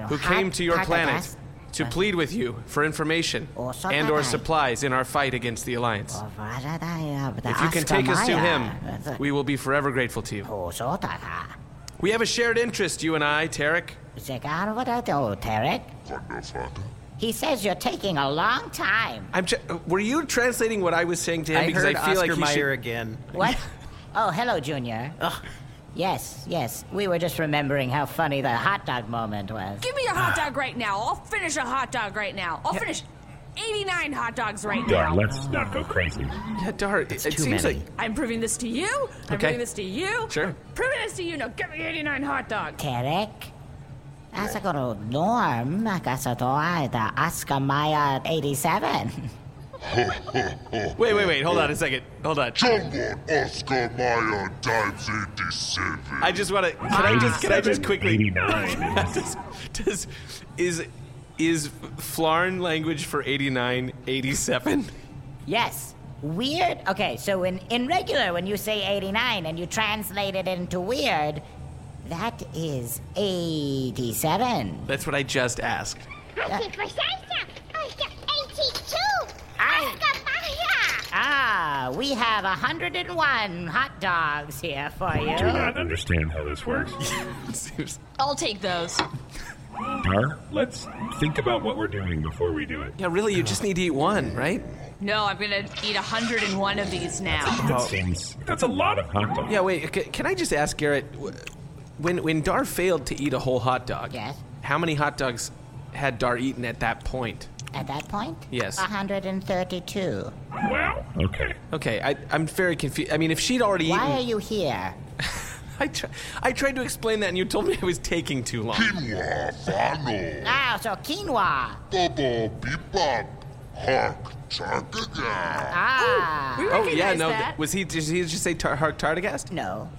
Speaker 3: who came to your planet to plead with you for information and or
Speaker 10: Sakatai.
Speaker 3: supplies in our fight against the Alliance. If you can take us to him, we will be forever grateful to you. We have a shared interest, you and I, Tarek.
Speaker 10: Tarek. He says you're taking a long time.
Speaker 3: I'm. Ch- were you translating what I was saying to him?
Speaker 5: I
Speaker 3: because
Speaker 5: heard
Speaker 3: I feel
Speaker 5: Oscar
Speaker 3: like he
Speaker 5: Mayer
Speaker 3: should-
Speaker 5: again.
Speaker 10: What? oh, hello, Junior. Yes, yes. We were just remembering how funny the hot dog moment was.
Speaker 6: Give me a hot dog right now. I'll finish a hot dog right now. I'll finish 89 hot dogs right
Speaker 8: Yeah,
Speaker 6: now.
Speaker 8: let's not go crazy.
Speaker 3: Yeah, Dar. It, it
Speaker 8: too
Speaker 3: seems
Speaker 8: many.
Speaker 3: like.
Speaker 6: I'm proving this to you. I'm
Speaker 3: Okay.
Speaker 6: proving this to you.
Speaker 3: Sure.
Speaker 6: Proving this to you. Now get me 89 hot dogs.
Speaker 10: Tarek? Asa ko ro norm, asa to ay da Oscar Mayer 87.
Speaker 3: Wait, wait, wait. Hold on a second. Hold on.
Speaker 11: Someone Oscar Mayer times 87.
Speaker 3: I just want to. Can I just? Can I just quickly?
Speaker 8: 89.
Speaker 3: does, does is is Flarn language for 89, 87?
Speaker 10: Yes. Weird. Okay, so in, in regular, when you say 89 and you translate it into weird, that is 87.
Speaker 3: That's what I just asked.
Speaker 10: Uh, I- ah, we have 101 hot dogs here for
Speaker 8: Do
Speaker 10: you.
Speaker 8: not understand how this works.
Speaker 6: I'll take those.
Speaker 8: Dar, let's think about what we're doing before we do it.
Speaker 3: Yeah, really. You just need to eat one, right?
Speaker 6: No, I'm going to eat 101 of these now.
Speaker 8: That seems that's a lot of hot dogs.
Speaker 3: Yeah. Wait. c- Can I just ask Garrett? wh- When when Dar failed to eat a whole hot dog,
Speaker 10: Yes.
Speaker 3: how many hot dogs had Dar eaten at that point?
Speaker 10: At that point?
Speaker 3: Yes.
Speaker 10: Uh-huh. 132.
Speaker 8: Wow. Okay.
Speaker 3: Okay, I, I'm very confused. I mean, if she'd already
Speaker 10: Why are
Speaker 3: eaten,
Speaker 10: you here?
Speaker 3: I, tr- I tried to explain that, and you told me I was taking too long.
Speaker 11: Quinoa Fano.
Speaker 10: Ah, so quinoa.
Speaker 11: Bubble Bebop. Hark Targaga.
Speaker 10: Ah.
Speaker 6: we
Speaker 3: oh yeah,
Speaker 6: recognize
Speaker 3: no.
Speaker 6: that.
Speaker 3: Was he? Did he just say tar- Hark Tardigast?
Speaker 10: No.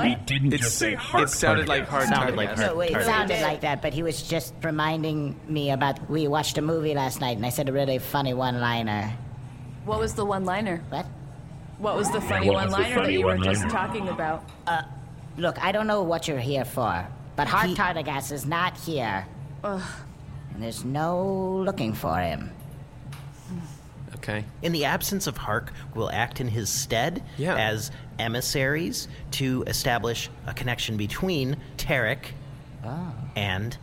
Speaker 8: We didn't
Speaker 3: It's-
Speaker 8: just say
Speaker 3: it
Speaker 8: hard
Speaker 3: sounded like hard Sounded like
Speaker 10: No, wait, it
Speaker 3: Target.
Speaker 10: sounded like that, but he was just reminding me about we watched a movie last night, and I said a really funny one-liner.
Speaker 6: What was the one-liner?
Speaker 10: What?
Speaker 6: What was the funny
Speaker 8: what was the
Speaker 6: one-liner
Speaker 8: funny
Speaker 6: that you were just
Speaker 8: one-liner?
Speaker 6: talking about?
Speaker 10: Look, I don't know what you're here for, but Hart Tardigas is not here,
Speaker 6: Ugh.
Speaker 10: and there's no looking for him.
Speaker 3: Okay.
Speaker 5: In the absence of Hark, will act in his stead
Speaker 3: Yeah.
Speaker 5: as emissaries to establish a connection between Tarek and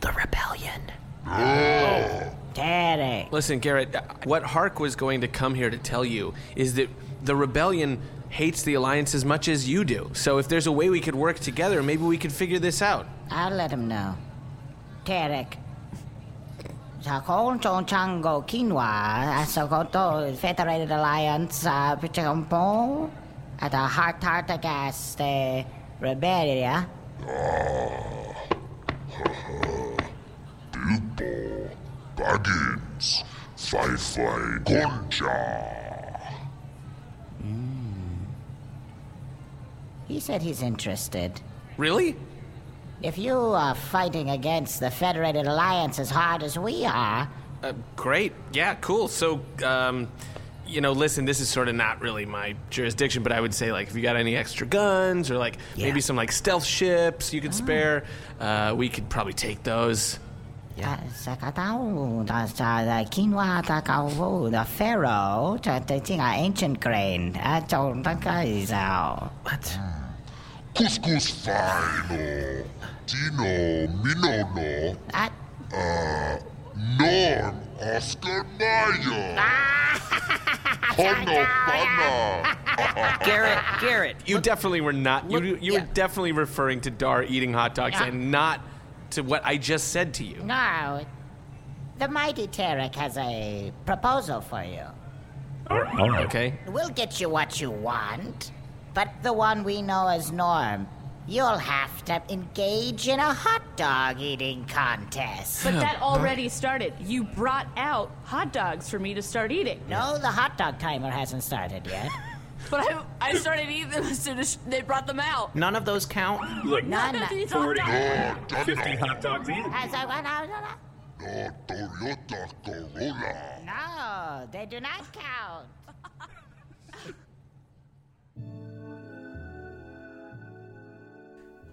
Speaker 5: the rebellion.
Speaker 10: Derek.
Speaker 3: Listen, Garrett, uh, what Hark was going to come here to tell you is that the rebellion hates the Alliance as much as you do. So if there's a way we could work together, maybe we could figure this out.
Speaker 10: I'll let him know. Tarek. Sa kong chong chango quinoa, at sa koto Federated Alliance sa Pichakampong, at a heart tartagas de Rebellia.
Speaker 11: Bilbo, Baggins, Firefly, Gonja.
Speaker 10: He said he's interested.
Speaker 3: Really?
Speaker 10: If you are fighting against the Federated Alliance as hard as we are,
Speaker 3: Uh, great. Yeah, cool. So, um, you know, listen, this is sort of not really my jurisdiction, but I would say, like, if you got any extra guns or, like,
Speaker 5: Yeah.
Speaker 3: maybe some, like, stealth ships you could spare, uh, we could probably take those.
Speaker 10: yeah. Sakatau, da- da- da- quinoa, da- kawu, the Pharaoh, da- da- tinga ancient grain, at all the guys out.
Speaker 5: What?
Speaker 11: Couscous Fino, Dino, Minono,
Speaker 10: At
Speaker 11: uh, Norm, Oscar Mayer. Hana, Hana.
Speaker 5: Garrett, Garrett.
Speaker 3: You definitely were not. you you were definitely referring to Dar eating hot dogs
Speaker 10: Yeah.
Speaker 3: and not to what I just said to you.
Speaker 10: now, the mighty Tarek has a proposal for you.
Speaker 8: All right. all right.
Speaker 3: Okay.
Speaker 10: We'll get you what you want, but the one we know as Norm, you'll have to engage in a hot dog eating contest.
Speaker 6: But that already started. You brought out hot dogs for me to start eating.
Speaker 10: No, the hot dog timer hasn't started yet.
Speaker 6: But I, I started eating them as soon as they brought them out.
Speaker 5: None of those count.
Speaker 8: Look,
Speaker 10: None.
Speaker 6: These hot
Speaker 8: 40,
Speaker 6: dogs.
Speaker 8: 50 hot dogs in.
Speaker 10: As I went out-
Speaker 11: No, Toyota Corolla.
Speaker 10: No, they do not count.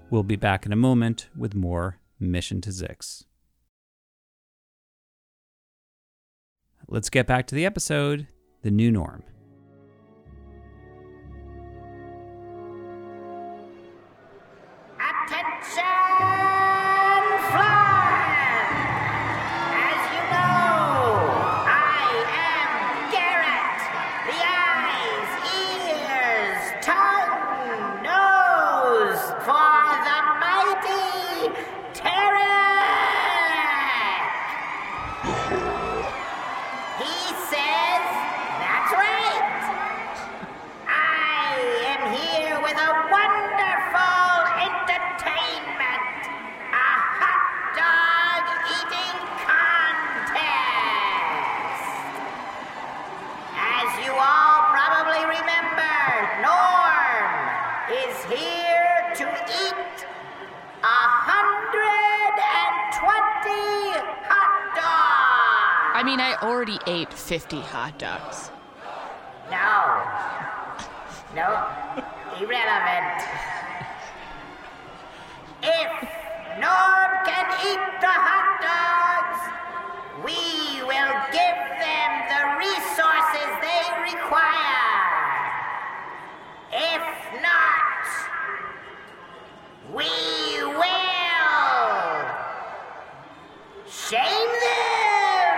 Speaker 1: We'll be back in a moment with more Mission to Zix. Let's get back to the episode The New Norm.
Speaker 10: Attention, flyers! As you know, I am Garrett. The eyes, ears, tongue, nose for the mighty Terran. He says, that's right. I am here with a wonderful entertainment a hot dog eating contest. As you all probably remember, Norm is here to eat a hundred and twenty hot dogs.
Speaker 6: I mean, I already ate 50 hot dogs.
Speaker 10: No. No. Irrelevant. If Norm can eat the hot dogs, we will give them the resources they require. If not, we will shame them.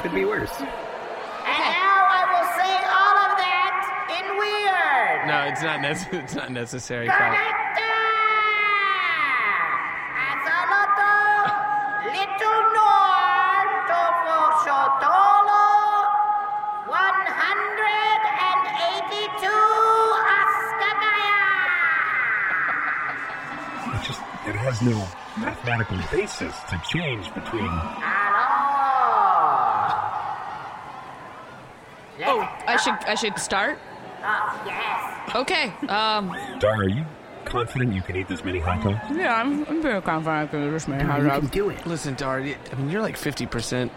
Speaker 5: Could be worse.
Speaker 10: And now I will say all of that in weird.
Speaker 3: No, it's not. nece- it's not necessary. Kyle.
Speaker 10: Correcta! Azaloto, little norm, tofu shotolo, 182 askagaya.
Speaker 8: It just it has no mathematical basis to change between.
Speaker 10: Alors,
Speaker 6: Oh, I should I should start.
Speaker 10: Uh,
Speaker 6: Okay. Um.
Speaker 8: Dar, are you confident you can eat this many hot dogs?
Speaker 6: Yeah, I'm, I'm very confident because there's many hot dogs.
Speaker 3: it. Listen, Dar, y- I mean, you're like 50%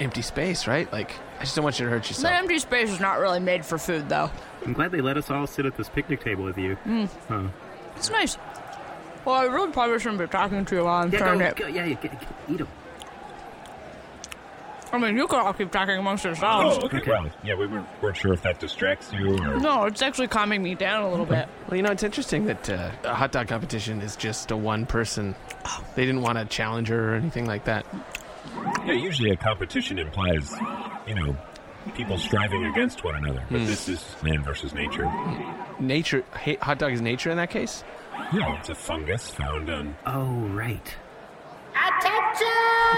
Speaker 3: empty space, right? Like, I just don't want you to hurt
Speaker 6: The
Speaker 3: yourself.
Speaker 6: empty space is not really made for food, though.
Speaker 5: I'm glad they let us all sit at this picnic table with you.
Speaker 6: Mm,
Speaker 5: Huh.
Speaker 6: it's nice. Well, I really probably shouldn't be talking to you while I'm
Speaker 5: Yeah,
Speaker 6: trying
Speaker 5: go-
Speaker 6: it.
Speaker 5: go- yeah, yeah, get- eat them.
Speaker 6: I mean, you could all keep talking amongst yourselves.
Speaker 8: Oh,
Speaker 10: Oh,
Speaker 5: Oh,
Speaker 8: Well, yeah, we weren't, weren't sure if that distracts you or.
Speaker 6: No, it's actually calming me down a little bit.
Speaker 3: Well, you know, it's interesting that uh, a hot dog competition is just a one person. They didn't want a challenger or anything like that.
Speaker 8: Yeah, usually a competition implies, you know, people striving against one another. But
Speaker 3: Hmm.
Speaker 8: this is man versus nature.
Speaker 3: Nature, ha- hot dog is nature in that case?
Speaker 8: No, it's a fungus found on.
Speaker 3: Oh, right.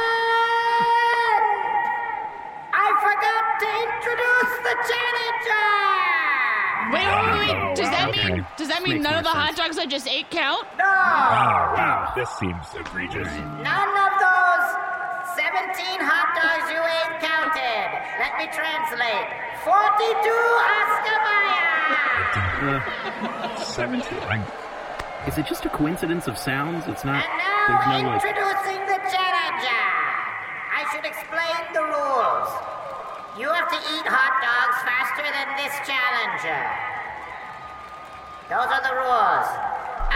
Speaker 10: Attention! I forgot to introduce the janitor!
Speaker 6: Wait, wait, wait, wait. Does that
Speaker 8: Okay.
Speaker 6: mean does that mean
Speaker 8: Makes
Speaker 6: none
Speaker 8: more
Speaker 6: of the hot
Speaker 8: sense.
Speaker 6: dogs I just ate count?
Speaker 5: Ah.
Speaker 8: Wow, wow, this seems egregious.
Speaker 10: None of those 17 hot dogs you ate counted. Let me translate. 42 Oscar Mayer!
Speaker 5: Uh, 17. Is it just a coincidence of sounds? It's not. There's
Speaker 10: Now
Speaker 5: no like.
Speaker 10: introducing the challenger. I should explain the rules. You have to eat hot dogs faster than this challenger. Those are the rules.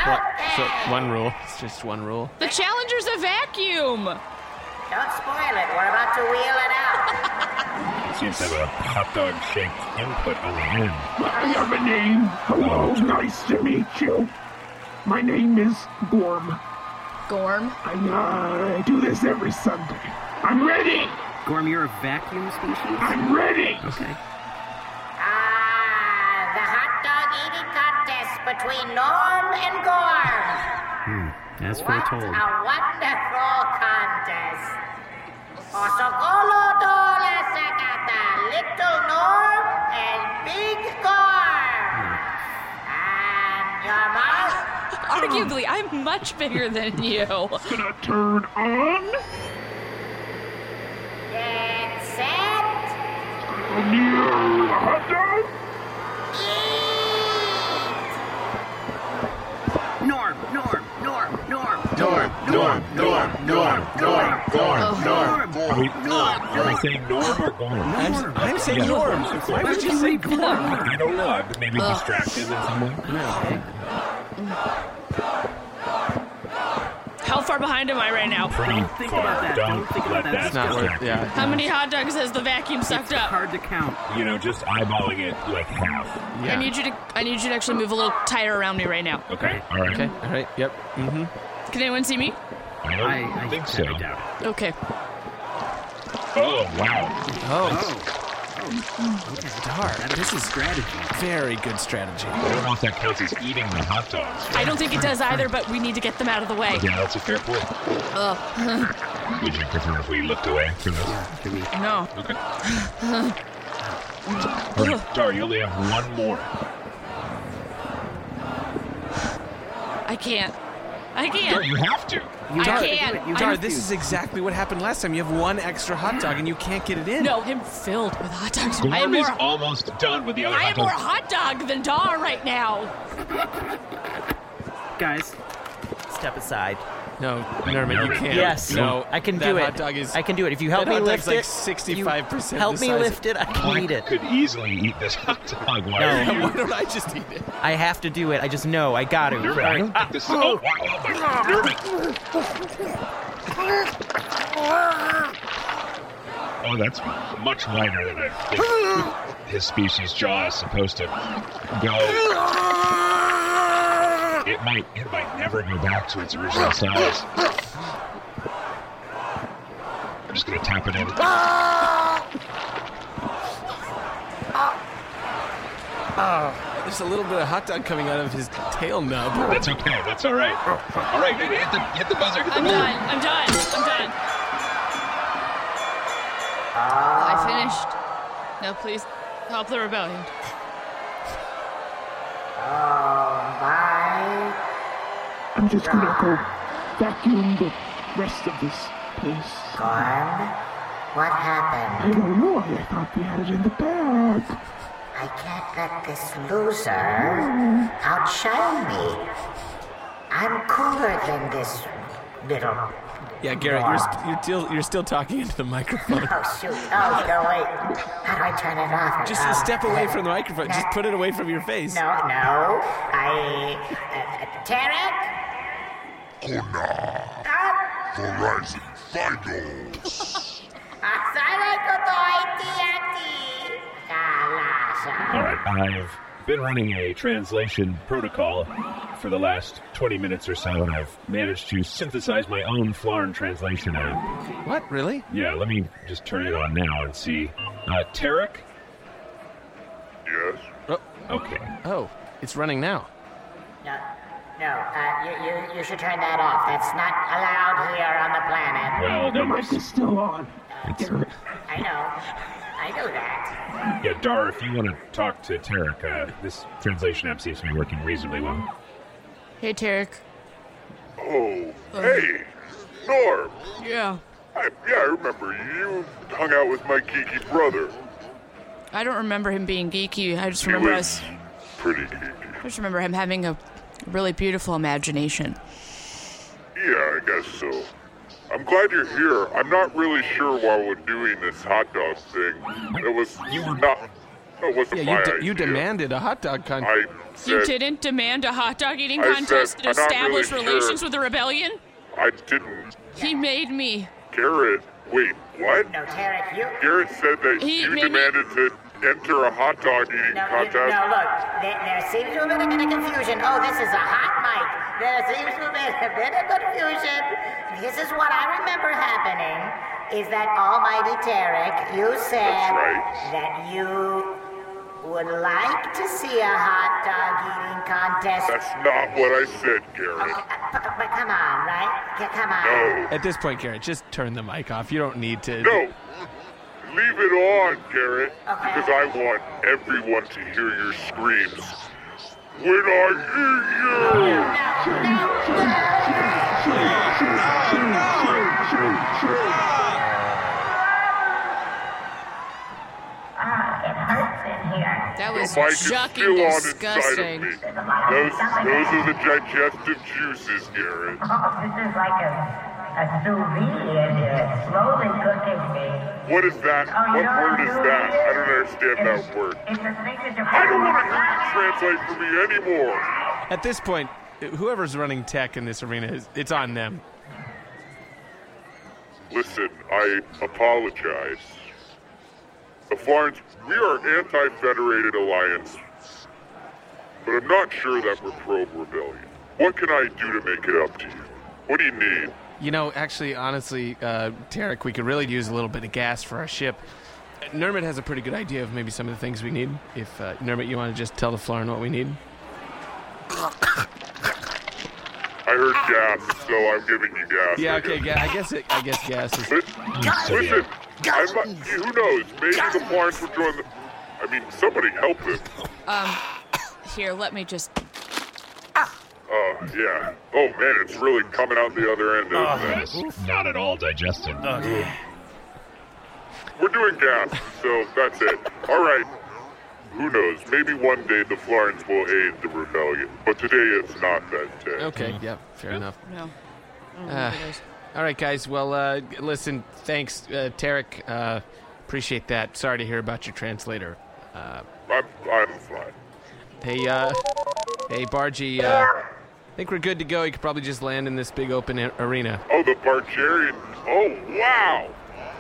Speaker 3: Well, so, one rule. It's just one rule.
Speaker 6: The challenger's a vacuum.
Speaker 10: Don't spoil it. We're about to wheel it out.
Speaker 8: It seems to have a hot dog shaped input on the end.
Speaker 12: I have a name. Hello, nice to meet you. My name is Gorm.
Speaker 6: Gorm?
Speaker 12: I, uh, I do this every Sunday. I'm ready.
Speaker 5: Gorm, you're a vacuum species?
Speaker 12: I'm ready.
Speaker 5: Okay.
Speaker 10: The hot dog eating contest between Norm and Gorm.
Speaker 5: As
Speaker 10: What
Speaker 5: foretold.
Speaker 10: a wonderful contest. Osokolo dole sakata. Little Norm and Big Gorm. And your mark.
Speaker 6: Arguably, I'm much bigger than you. It's
Speaker 12: gonna turn on.
Speaker 10: Get set.
Speaker 12: A new hot dog.
Speaker 5: Norm, Norm, Norm, Norm.
Speaker 12: Norm, Norm, Norm, Norm, Norm, Norm, Norm,
Speaker 8: Are we, are we saying norm or gorm?
Speaker 3: I'm, I'm saying norm. Why would you say gorm?
Speaker 8: I don't know. I'm maybe
Speaker 3: Ugh.
Speaker 8: distracted in some way.
Speaker 6: How far behind am I right now?
Speaker 5: Think about that. Don't think about that.
Speaker 8: That's not worth. Yeah.
Speaker 6: How many hot dogs has the vacuum sucked up?
Speaker 5: Hard to count.
Speaker 8: You know, just eyeballing it like half.
Speaker 6: I need you to I need you to actually move a little tighter around me right now.
Speaker 8: Okay. All right.
Speaker 3: Okay. All right. Yep. Mm-hmm.
Speaker 6: Can anyone see me?
Speaker 8: I don't
Speaker 5: I, I
Speaker 8: think
Speaker 5: so.
Speaker 6: Okay.
Speaker 8: Oh wow.
Speaker 3: Oh. Dar, this is strategy. Very good strategy.
Speaker 8: I don't know if that counts as eating the hot dogs.
Speaker 6: I don't think it does either, but we need to get them out of the way.
Speaker 8: Yeah, that's a fair point.
Speaker 6: Ugh.
Speaker 8: Would you prefer if we looked away from this? Yeah,
Speaker 6: no.
Speaker 8: Okay. All right, Dar, you only have one more.
Speaker 6: I can't. I can't.
Speaker 8: Dar, you have to.
Speaker 6: I can't.
Speaker 3: Dar, this is exactly what happened last time. You have one extra hot dog and you can't get it in.
Speaker 6: No, I'm filled with hot dogs. I am
Speaker 8: Gorm
Speaker 6: more,
Speaker 8: is almost done with the other
Speaker 6: I am
Speaker 8: hot
Speaker 6: more
Speaker 8: dogs.
Speaker 6: hot dog than Dar right now.
Speaker 5: Guys,
Speaker 13: step aside.
Speaker 3: No, Norman, you can't.
Speaker 13: Yes,
Speaker 3: No,
Speaker 13: I can
Speaker 3: that
Speaker 13: do it.
Speaker 3: hot dog is-
Speaker 13: I can do it. If you help
Speaker 3: that
Speaker 13: me
Speaker 3: hot
Speaker 13: lift
Speaker 3: dog's like
Speaker 13: it,
Speaker 3: 65%
Speaker 13: you Help
Speaker 3: the
Speaker 13: me
Speaker 3: size
Speaker 13: lift it. I can
Speaker 8: I
Speaker 13: eat it.
Speaker 8: could easily eat this hot dog. Why
Speaker 13: No.
Speaker 8: are you-
Speaker 13: Why
Speaker 3: don't I just eat it?
Speaker 13: I have to do it. I just know. I got to.
Speaker 8: You're right. I don't think this is- oh, wow, oh my God, Norman. Oh, that's much wider than I think his species jaw is supposed to go. It might, it might never go back to its original size. I'm just gonna tap it in.
Speaker 3: Ah. Oh, there's a little bit of hot dog coming out of his tail nub.
Speaker 8: That's okay. That's all right. All right, hit the, hit the buzzer. Hit the
Speaker 6: I'm
Speaker 8: buzzer.
Speaker 6: done. I'm done. I'm done. I finished. Now please help the rebellion.
Speaker 12: I'm just gonna go vacuum the rest of this place.
Speaker 10: Gorm, What happened?
Speaker 12: I don't know. I thought we had it in the bag.
Speaker 10: I can't let this loser outshine me. I'm cooler than this little.
Speaker 3: Yeah, Garrett, you're, sp- you're, still, you're still talking into the microphone.
Speaker 10: Oh shoot! Oh no! Wait. How do I turn it off?
Speaker 3: Just
Speaker 10: Um,
Speaker 3: step away from the microphone.
Speaker 10: nah.
Speaker 3: Just put it away from your face.
Speaker 10: No, no. I. Uh, uh, Tarek.
Speaker 11: Kona. Verizon Finals.
Speaker 10: Asana kotoiti ati.
Speaker 8: All
Speaker 10: Kalasa.
Speaker 8: right, I've been running a translation protocol for the last 20 minutes or so, and I've managed to synthesize my own Flarn translation app.
Speaker 3: What, really?
Speaker 8: Yeah, let me just turn it on now and see. Uh, Tarek?
Speaker 11: Yes?
Speaker 8: Okay.
Speaker 3: Oh, it's running now.
Speaker 10: No, no. Uh, you, you, you should turn that off. That's not allowed here on the planet.
Speaker 8: Well,
Speaker 12: the
Speaker 8: that
Speaker 12: mic is still on.
Speaker 8: It's,
Speaker 10: I know. I know that.
Speaker 8: yeah, Dar, if you want to talk to Tarek, uh, this translation app seems to be working reasonably well.
Speaker 6: Hey, Tarek.
Speaker 11: Oh, hey, Norm.
Speaker 6: Yeah.
Speaker 11: I, yeah, I remember you hung out with my geeky brother.
Speaker 6: I don't remember him being geeky. I just
Speaker 11: He
Speaker 6: remember
Speaker 11: was
Speaker 6: us.
Speaker 11: pretty geeky.
Speaker 6: I just remember him having a really beautiful imagination.
Speaker 11: Yeah, I guess so. I'm glad you're here. I'm not really sure why we're doing this hot dog thing. It was not. It wasn't
Speaker 3: Yeah,
Speaker 11: my
Speaker 3: you, de- you
Speaker 11: idea.
Speaker 3: demanded a hot dog contest.
Speaker 11: I
Speaker 6: You
Speaker 11: said
Speaker 6: didn't demand a hot dog eating
Speaker 11: I said,
Speaker 6: contest to
Speaker 11: "I'm not really
Speaker 6: establish relations
Speaker 11: sure."
Speaker 6: with the rebellion?
Speaker 11: I didn't.
Speaker 6: He made me.
Speaker 11: Garrett, wait, what?
Speaker 10: No, Tarek, you.
Speaker 11: Garrett said that
Speaker 6: He
Speaker 11: you
Speaker 6: made me-
Speaker 11: demanded to enter a hot dog eating
Speaker 10: No, you,
Speaker 11: contest.
Speaker 10: no, look. There, there seems to have been a bit of confusion. Oh, this is a hot mic. There seems to have been a bit of confusion. This is what I remember happening. Is that Almighty Tarek? You said
Speaker 11: That's right.
Speaker 10: that you would like to see a hot dog eating contest.
Speaker 11: That's not what I said, Garrett.
Speaker 10: But, but come on, right? C- Come on.
Speaker 3: At this point, Garrett, just turn the mic off. You don't need to.
Speaker 11: No. Leave it on, Garrett, because I want everyone to hear your screams. When I hear you!
Speaker 6: That
Speaker 11: The
Speaker 6: was
Speaker 11: mic is
Speaker 6: shocking
Speaker 11: still
Speaker 6: disgusting.
Speaker 11: on inside of me. Those, those are the digestive juices, Garrett.
Speaker 10: This is like a, a sous vide and you're slowly cooking me.
Speaker 11: What is that? What word is that? I don't understand that word. I don't want to hear you translate for me anymore.
Speaker 3: At this point, whoever's running tech in this arena, is- it's on them.
Speaker 11: Listen, I apologize. The Florence, we are anti-federated alliance, but I'm not sure that we're pro-rebellion. What can I do to make it up to you? What do you need?
Speaker 3: You know, actually, honestly, uh, Tarek, we could really use a little bit of gas for our ship. Uh, Nermit has a pretty good idea of maybe some of the things we need. If uh, Nermit, you want to just tell the Florin what we need?
Speaker 11: I heard gas, so I'm giving you gas.
Speaker 3: Yeah,
Speaker 11: I
Speaker 3: okay,
Speaker 11: guess.
Speaker 3: ga- I guess it, I guess gas is.
Speaker 11: Listen, I might, who knows? Maybe the Florence will join the. I mean, somebody help them.
Speaker 6: Um, here, let me just.
Speaker 11: Oh, yeah. Oh, man, it's really coming out the other end,
Speaker 8: That's
Speaker 11: isn't it?
Speaker 8: Uh, not at all digested.
Speaker 11: We're doing gas, so that's it. All right. Who knows? Maybe one day the Florins will aid the rebellion, but today it's not that day.
Speaker 3: Okay, yeah, fair enough.
Speaker 6: No. I don't
Speaker 3: Uh,
Speaker 6: remember those.
Speaker 3: all right, guys. Well, uh, g- listen, thanks, uh, Tarek. Uh, appreciate that. Sorry to hear about your translator. Uh,
Speaker 11: I'm, I'm fine.
Speaker 3: hey, uh, hey, Bargy. Uh, I think we're good to go. You could probably just land in this big open a- arena.
Speaker 11: Oh, the Bargerian. Oh, wow!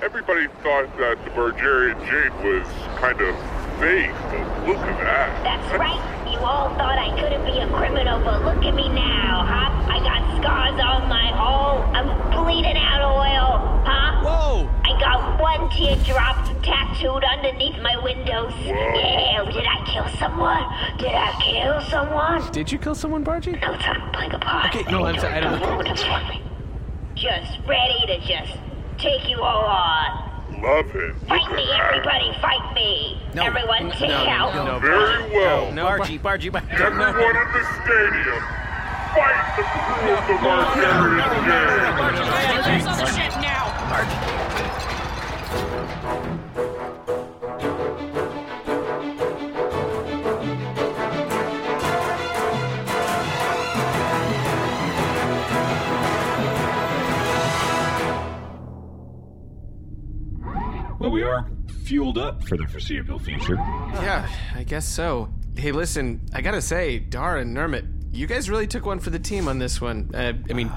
Speaker 11: Everybody thought that the Bargerian Jade was kind of fake, but look at that.
Speaker 7: That's right. You all thought I couldn't be a criminal, but look at me now, huh? I got scars on my all. I'm bleeding out oil, huh?
Speaker 3: Whoa!
Speaker 7: I got one teardrop tattooed underneath my windows. Yeah, did I kill someone? Did I kill someone?
Speaker 3: Did you kill someone, Bargy?
Speaker 7: No, it's not playing a part.
Speaker 3: Okay, no, I'm sorry. I don't.
Speaker 7: Just ready to just take you all on.
Speaker 11: Love it.
Speaker 7: Fight me, everybody, fight me.
Speaker 5: No.
Speaker 7: Everyone,
Speaker 5: No,
Speaker 7: take
Speaker 5: no,
Speaker 7: out.
Speaker 5: no, no.
Speaker 11: Very well.
Speaker 5: No, Bargy, Bargy, Bargy.
Speaker 11: Everyone in the stadium, fight the crew of the Bargerian Jade!
Speaker 6: Kill yourself, shit, now!
Speaker 8: Well, we are fueled up for the foreseeable future.
Speaker 3: Yeah, I guess so. Hey, listen, I gotta say, Dar and Nermit, you guys really took one for the team on this one. Uh, I mean,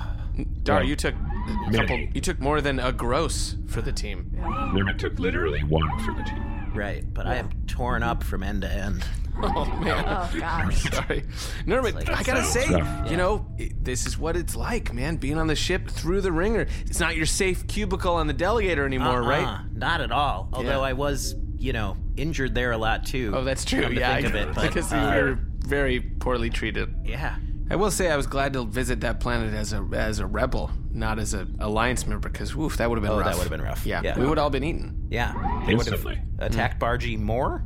Speaker 3: Dar,
Speaker 8: Well,
Speaker 3: you took a couple. You took more than a gross for the team.
Speaker 8: Nermit took literally one for the team.
Speaker 5: Right, but I am torn up from end to end.
Speaker 3: Oh man.
Speaker 5: Oh,
Speaker 3: I'm sorry, Nermit.
Speaker 5: like-
Speaker 3: I gotta
Speaker 5: That's
Speaker 3: say,
Speaker 5: rough.
Speaker 3: you know, it, this is what it's like, man. Being on the ship through the ringer. It's not your safe cubicle on the delegator anymore,
Speaker 5: Uh-uh,
Speaker 3: right?
Speaker 5: Not at all. Although I was, you know, injured there a lot too.
Speaker 3: Oh, that's true.
Speaker 5: come to
Speaker 3: yeah,
Speaker 5: think
Speaker 3: I,
Speaker 5: of it, but,
Speaker 3: because
Speaker 5: uh,
Speaker 3: we were very poorly treated.
Speaker 5: Yeah.
Speaker 3: I will say I was glad to visit that planet as a as a rebel, not as a alliance member, because woof, that would have been
Speaker 5: Oh,
Speaker 3: rough.
Speaker 5: that would've been rough.
Speaker 3: Yeah,
Speaker 5: Yeah.
Speaker 3: we would all been eaten.
Speaker 5: Yeah, they would have
Speaker 8: Instantly. Hmm.
Speaker 5: attacked Bargy more.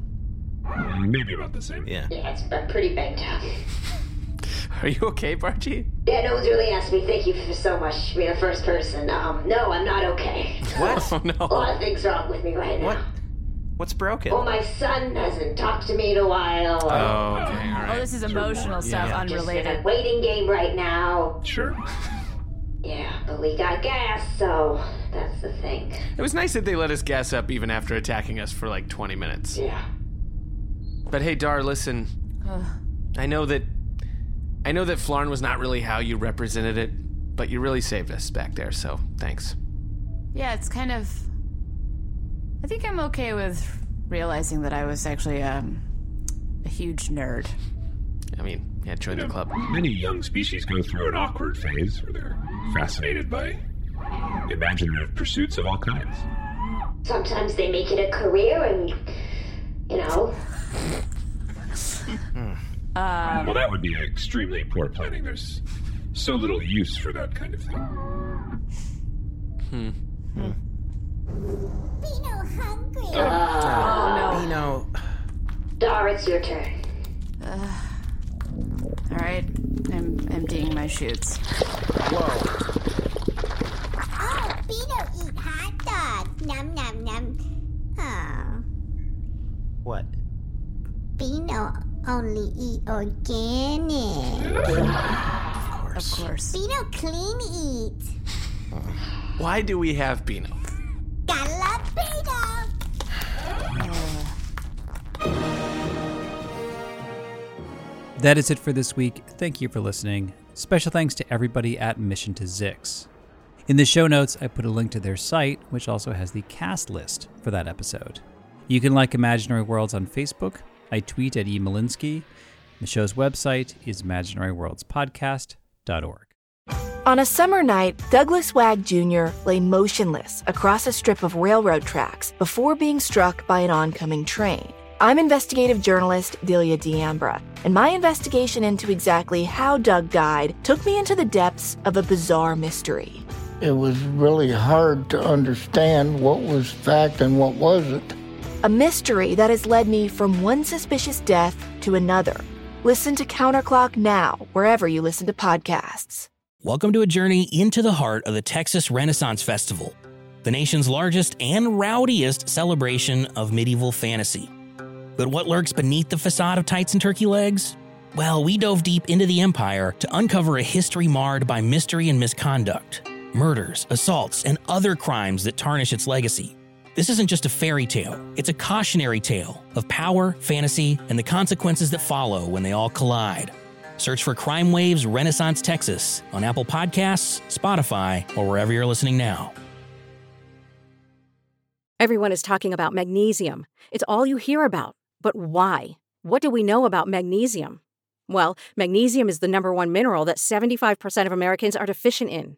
Speaker 8: Maybe about the same.
Speaker 5: Yeah.
Speaker 7: Yeah, it's been pretty banged up.
Speaker 3: Are you okay, Bargy?
Speaker 7: Yeah, no one's really asked me. Thank you for so much for being the first person. Um, no, I'm not okay.
Speaker 5: What?
Speaker 3: Oh, no.
Speaker 7: A
Speaker 3: Oh,
Speaker 7: lot of things wrong with me right
Speaker 5: What?
Speaker 7: now.
Speaker 5: What's broken?
Speaker 7: Well, my son hasn't talked to me in a while.
Speaker 6: Oh, this is emotional stuff,
Speaker 7: Yeah. Just in a
Speaker 6: unrelated.
Speaker 7: waiting game right now.
Speaker 8: Sure.
Speaker 7: Yeah, but we got gas, so that's the thing.
Speaker 3: It was nice that they let us gas up even after attacking us for like 20 minutes.
Speaker 7: Yeah.
Speaker 3: But hey, Dar, listen.
Speaker 6: Uh,
Speaker 3: I know that I know that Flarn was not really how you represented it, but you really saved us back there, so thanks.
Speaker 6: Yeah, it's kind of. I think I'm okay with realizing that I was actually um, a huge nerd.
Speaker 3: I mean, yeah, join the club.
Speaker 8: Many young species go through an awkward phase where they're fascinated by imaginative pursuits of all kinds.
Speaker 7: Sometimes they make it a career, and you know,
Speaker 3: Hmm.
Speaker 6: Uh,
Speaker 8: well, that would be extremely poor planning. There's so little use for that kind of thing.
Speaker 3: Hmm.
Speaker 6: Oh, no.
Speaker 5: Bino.
Speaker 7: Dar, it's your turn.
Speaker 6: uh, All right, I'm emptying my chutes. Whoa.
Speaker 14: Oh, Beto eat hot dogs. Num num num. Oh,
Speaker 5: What?
Speaker 14: Beano only eat organic.
Speaker 3: Of course. Of course.
Speaker 14: Beano clean eat.
Speaker 3: Why do we have Beano?
Speaker 14: Gotta love Beano.
Speaker 1: That is it for this week. Thank you for listening. Special thanks to everybody at Mission to Zix. In the show notes, I put a link to their site, which also has the cast list for that episode. You can like Imaginary Worlds on Facebook. I tweet at E. Malinsky. The show's website is imaginaryworldspodcast.org.
Speaker 15: On a summer night, Douglas Wag Jr. lay motionless across a strip of railroad tracks before being struck by an oncoming train. I'm investigative journalist Delia D'Ambra, and my investigation into exactly how Doug died took me into the depths of a bizarre mystery.
Speaker 16: It was really hard to understand what was fact and what wasn't.
Speaker 15: A mystery that has led me from one suspicious death to another. Listen to Counterclock now, wherever you listen to podcasts.
Speaker 17: Welcome to a journey into the heart of the Texas Renaissance Festival, the nation's largest and rowdiest celebration of medieval fantasy. But what lurks beneath the facade of tights and turkey legs? Well, we dove deep into the empire to uncover a history marred by mystery and misconduct, murders, assaults, and other crimes that tarnish its legacy. This isn't just a fairy tale, it's a cautionary tale of power, fantasy, and the consequences that follow when they all collide. Search for Crime Waves Renaissance Texas on Apple Podcasts, Spotify, or wherever you're listening now.
Speaker 18: Everyone is talking about magnesium. It's all you hear about. But why? What do we know about magnesium? Well, magnesium is the number one mineral that 75% of Americans are deficient in.